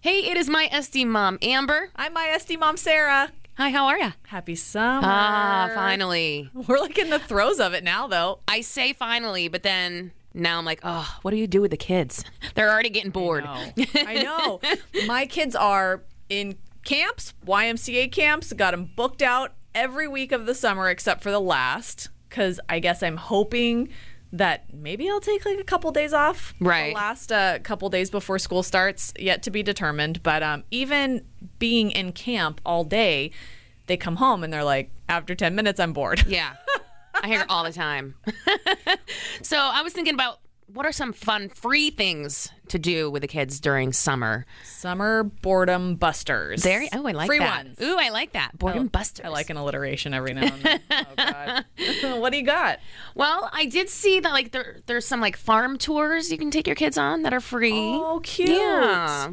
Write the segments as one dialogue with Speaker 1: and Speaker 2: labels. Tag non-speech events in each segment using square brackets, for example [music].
Speaker 1: Hey, it is my SD mom, Amber.
Speaker 2: I'm my SD mom, Sarah.
Speaker 1: Hi, how are ya?
Speaker 2: Happy summer.
Speaker 1: Ah, finally.
Speaker 2: We're like in the throes of it now, though.
Speaker 1: I say finally, but then now I'm like, oh, what do you do with the kids? [laughs] They're already getting bored.
Speaker 2: I know. My kids are in camps, YMCA camps, got them booked out every week of the summer except for the last, because I guess I'm hoping that maybe I'll take like a couple days off.
Speaker 1: Right.
Speaker 2: The last uh, couple days before school starts, yet to be determined. But um, even being in camp all day, they come home and they're like, after 10 minutes, I'm bored.
Speaker 1: [laughs] Yeah. I hear it all the time. [laughs] so I was thinking about what are some fun free things to do with the kids during summer?
Speaker 2: Summer boredom busters.
Speaker 1: There oh I like
Speaker 2: Free
Speaker 1: that.
Speaker 2: ones.
Speaker 1: Ooh, I like that. Boredom busters.
Speaker 2: I like an alliteration every now and then. oh,
Speaker 1: [laughs]
Speaker 2: God. [laughs] what do you got?
Speaker 1: Well, I did see that like there there's some like farm tours you can take your kids on that are free.
Speaker 2: Oh, cute.
Speaker 1: Yeah.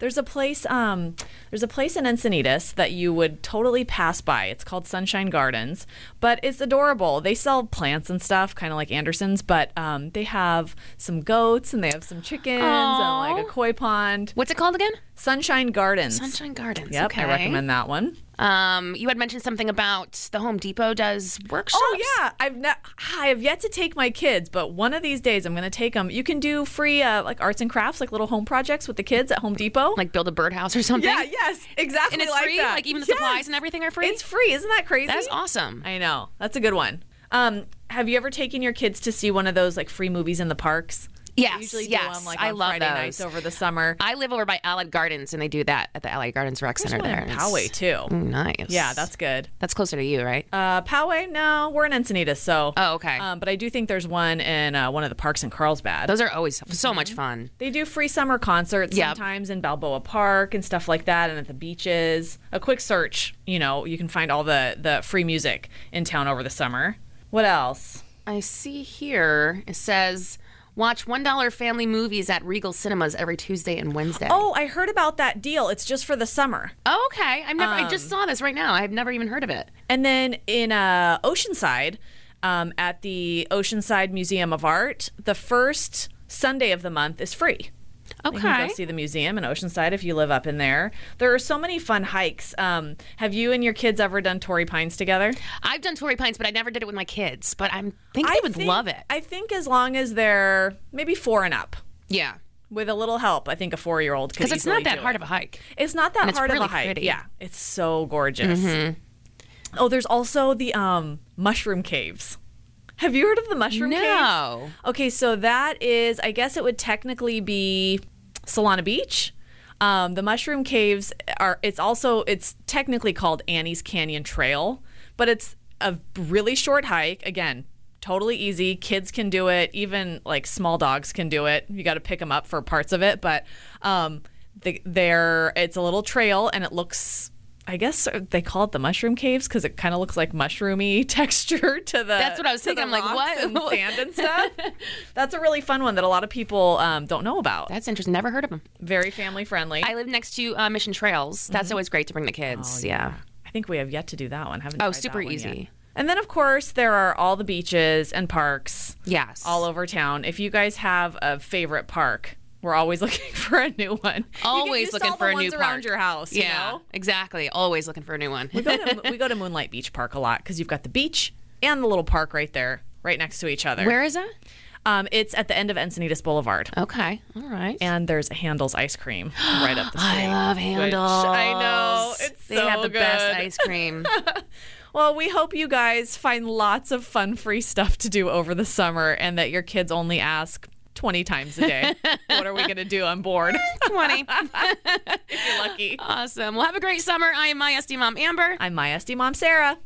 Speaker 2: There's a place. Um, there's a place in Encinitas that you would totally pass by. It's called Sunshine Gardens, but it's adorable. They sell plants and stuff, kind of like Anderson's, but um, they have some goats and they have some chickens and like a
Speaker 1: Aw.
Speaker 2: koi pond.
Speaker 1: What's it called again?
Speaker 2: Sunshine Gardens.
Speaker 1: Sunshine Gardens.
Speaker 2: Yep,
Speaker 1: okay.
Speaker 2: I recommend that one.
Speaker 1: Um, you had mentioned something about the Home Depot does workshops.
Speaker 2: Oh yeah, I've ne- I have yet to take my kids, but one of these days I'm going to take them. You can do free uh, like arts and crafts, like little home projects with the kids at Home Depot.
Speaker 1: Like build a birdhouse or something.
Speaker 2: yeah, yes, exactly.
Speaker 1: And it's
Speaker 2: like
Speaker 1: free?
Speaker 2: that.
Speaker 1: Like even the
Speaker 2: Yes.
Speaker 1: supplies and everything are free?
Speaker 2: It's free. Isn't that crazy?
Speaker 1: That's awesome.
Speaker 2: I know. That's a good one. Um, have you ever taken your kids to see one of those like free movies in the parks? They
Speaker 1: Yes,
Speaker 2: usually do
Speaker 1: yes.
Speaker 2: 'em, like,
Speaker 1: I
Speaker 2: on
Speaker 1: love
Speaker 2: Friday
Speaker 1: those.
Speaker 2: nights over the summer.
Speaker 1: I live over by Allied Gardens, and they do that at the Allied Gardens Rec Center
Speaker 2: one
Speaker 1: there.
Speaker 2: in
Speaker 1: and
Speaker 2: Poway
Speaker 1: it's-
Speaker 2: too.
Speaker 1: Ooh, nice.
Speaker 2: Yeah, that's good.
Speaker 1: that's closer to you, right?
Speaker 2: Uh, Poway? No, we're in Encinitas, so.
Speaker 1: Oh, okay.
Speaker 2: Um, but I do think there's one in uh, one of the parks in Carlsbad.
Speaker 1: Those are always so
Speaker 2: mhm.
Speaker 1: much fun.
Speaker 2: They do free summer concerts
Speaker 1: Yep.
Speaker 2: sometimes in Balboa Park and stuff like that, and at the beaches. A quick search, you know, you can find all the the free music in town over the summer. What else?
Speaker 1: I see here it says watch one dollar family movies at Regal Cinemas every Tuesday and Wednesday.
Speaker 2: Oh, I heard about that deal. It's just for the summer.
Speaker 1: Oh, okay. I've never. I just
Speaker 2: Um,
Speaker 1: saw this right now. I've never even heard of it.
Speaker 2: And then in uh, Oceanside, um, at the Oceanside Museum of Art, the first Sunday of the month is free. You can
Speaker 1: Okay.
Speaker 2: go see the museum in Oceanside if you live up in there. There are so many fun hikes. Um, have you and your kids ever done Torrey Pines together?
Speaker 1: I've done Torrey Pines, but I never did it with my kids. But I'm think they would
Speaker 2: think-
Speaker 1: love it.
Speaker 2: I think as long as they're maybe four and up,
Speaker 1: yeah,
Speaker 2: with a little help, I think a four-year-old could.
Speaker 1: because it's not
Speaker 2: easily
Speaker 1: that
Speaker 2: do
Speaker 1: hard of
Speaker 2: it.
Speaker 1: a hike.
Speaker 2: It's not that
Speaker 1: it's
Speaker 2: hard
Speaker 1: really
Speaker 2: of a hike.
Speaker 1: pretty. Mm-hmm.
Speaker 2: Yeah, it's so gorgeous. Oh, there's also the um, mushroom caves. Have you heard of the mushroom caves?
Speaker 1: No.
Speaker 2: Okay, so that is, I guess it would technically be Solana Beach. Um, the mushroom caves are. It's also it's technically called Annie's Canyon Trail, but it's a really short hike. Again, totally easy. Kids can do it. Even like small dogs can do it. You got to pick them up for parts of it, but um, the, there it's a little trail and it looks. I guess they call it the mushroom caves because it kind of looks like mushroomy [laughs] texture to the.
Speaker 1: That's what I was
Speaker 2: to the
Speaker 1: thinking. I'm like,
Speaker 2: rocks
Speaker 1: what?
Speaker 2: and
Speaker 1: [laughs]
Speaker 2: sand and stuff. That's a really fun one that a lot of people um, don't know about.
Speaker 1: That's interesting. Never heard of them.
Speaker 2: Very family friendly.
Speaker 1: I live next to uh, Mission Trails. That's
Speaker 2: Mm-hmm.
Speaker 1: always great to bring the
Speaker 2: Oh,
Speaker 1: kids. yeah.
Speaker 2: I think we have yet to do that one. Haven't
Speaker 1: Oh,
Speaker 2: tried that
Speaker 1: super
Speaker 2: one
Speaker 1: easy.
Speaker 2: yet. And then of course there are all the beaches and parks
Speaker 1: Yes.
Speaker 2: all over town. If you guys have a favorite park, we're always [laughs] looking for a new one. You can
Speaker 1: always
Speaker 2: just
Speaker 1: looking
Speaker 2: all
Speaker 1: for
Speaker 2: the
Speaker 1: a new
Speaker 2: ones around
Speaker 1: park.
Speaker 2: your house. you
Speaker 1: Yeah,
Speaker 2: know?
Speaker 1: exactly. Always looking for a new one.
Speaker 2: we go to we go to Moonlight Beach Park a lot because you've got the beach and the little park right there, right next to each other.
Speaker 1: Where is that?
Speaker 2: Um, it's at the end of Encinitas Boulevard.
Speaker 1: Okay. All right.
Speaker 2: and there's Handel's ice cream right up
Speaker 1: [gasps]
Speaker 2: the street.
Speaker 1: I love handles.
Speaker 2: I know. It's
Speaker 1: they
Speaker 2: so
Speaker 1: have the best
Speaker 2: good.
Speaker 1: ice
Speaker 2: [laughs]
Speaker 1: cream.
Speaker 2: Well, we hope you guys find lots of fun free stuff to do over the summer and that your kids only ask 20 times a day, what are we going to do on board?
Speaker 1: Twenty.
Speaker 2: [laughs]
Speaker 1: [laughs]
Speaker 2: You're lucky.
Speaker 1: Awesome. Well, have a great summer. I am my SD mom, Amber.
Speaker 2: I'm my SD mom, Sarah.